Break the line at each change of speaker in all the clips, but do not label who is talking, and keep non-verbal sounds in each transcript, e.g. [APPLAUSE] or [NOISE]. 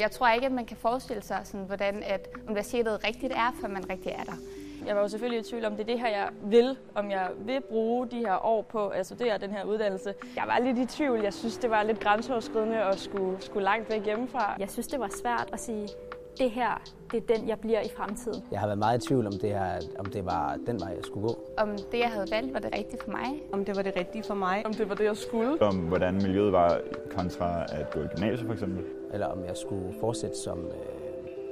Jeg tror ikke, at man kan forestille sig, sådan, hvordan at universitetet rigtigt er, før man rigtig er der.
Jeg var jo selvfølgelig i tvivl om, det er det her, jeg vil, om jeg vil bruge de her år på at studere den her uddannelse.
Jeg var lidt i tvivl. Jeg synes, det var lidt grænseoverskridende at skulle, skulle langt væk hjemmefra.
Jeg synes, det var svært at sige, det her, det er den, jeg bliver i fremtiden.
Jeg har været meget i tvivl om, det her, om det var den vej, jeg skulle gå.
Om det, jeg havde valgt, var det rigtigt for mig.
Om det var det rigtige for mig.
Om det var det, jeg skulle.
Om hvordan miljøet var kontra at gå i gymnasiet for eksempel.
Eller om jeg skulle fortsætte som, øh,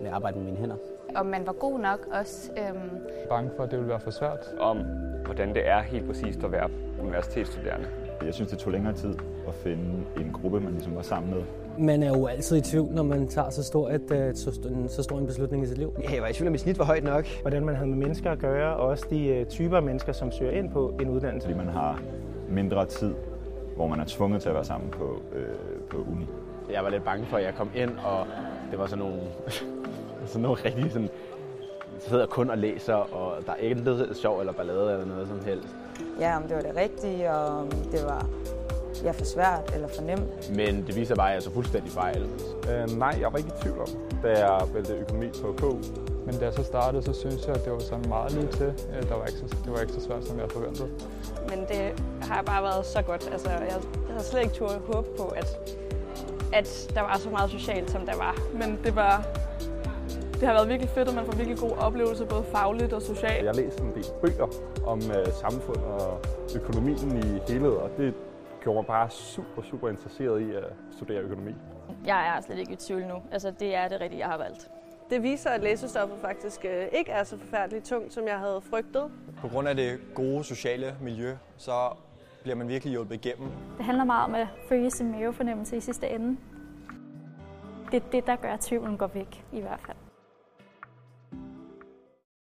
med at arbejde med mine hænder.
Om man var god nok også. Øhm,
Bange for, at det ville være for svært.
Om hvordan det er helt præcist at være universitetsstuderende.
Jeg synes, det tog længere tid at finde en gruppe, man ligesom var sammen med.
Man er jo altid i tvivl, når man tager så stor, et, så, så stor en beslutning i sit liv.
Ja, jeg var i tvivl, om mit snit var højt nok.
Hvordan man havde med mennesker at gøre, og også de øh, typer af mennesker, som søger ind på en uddannelse.
Fordi man har mindre tid, hvor man er tvunget til at være sammen på, øh, på uni.
Jeg var lidt bange for, at jeg kom ind, og det var sådan nogle, [LAUGHS] sådan nogle rigtig sådan, så sidder kun og læser, og der er ikke noget sjov eller ballade eller noget som helst.
Ja, om det var det rigtige, og om det var ja, for svært eller for nemt.
Men det viser bare, at jeg er så fuldstændig fejl.
Øh, nej, jeg var ikke i tvivl om, da jeg valgte økonomi på KU.
Men da jeg så startede, så synes jeg, at det var sådan meget lige til. Der var ikke så, det var ikke så svært, som jeg forventede.
Men det har bare været så godt. Altså, jeg, jeg havde slet ikke turde håbe på, at, at der var så meget socialt, som der var.
Men det var det har været virkelig fedt, og man får virkelig gode oplevelser, både fagligt og socialt.
Jeg læser en del bøger om øh, samfund og økonomien i helhed, og det gjorde mig bare super, super interesseret i at studere økonomi.
Jeg er slet ikke i tvivl nu. Altså, det er det rigtige, jeg har valgt.
Det viser, at læsestoffet faktisk ikke er så forfærdeligt tungt, som jeg havde frygtet.
På grund af det gode sociale miljø, så bliver man virkelig hjulpet igennem.
Det handler meget om at følge sin mavefornemmelse i sidste ende. Det er det, der gør, at tvivlen går væk i hvert fald.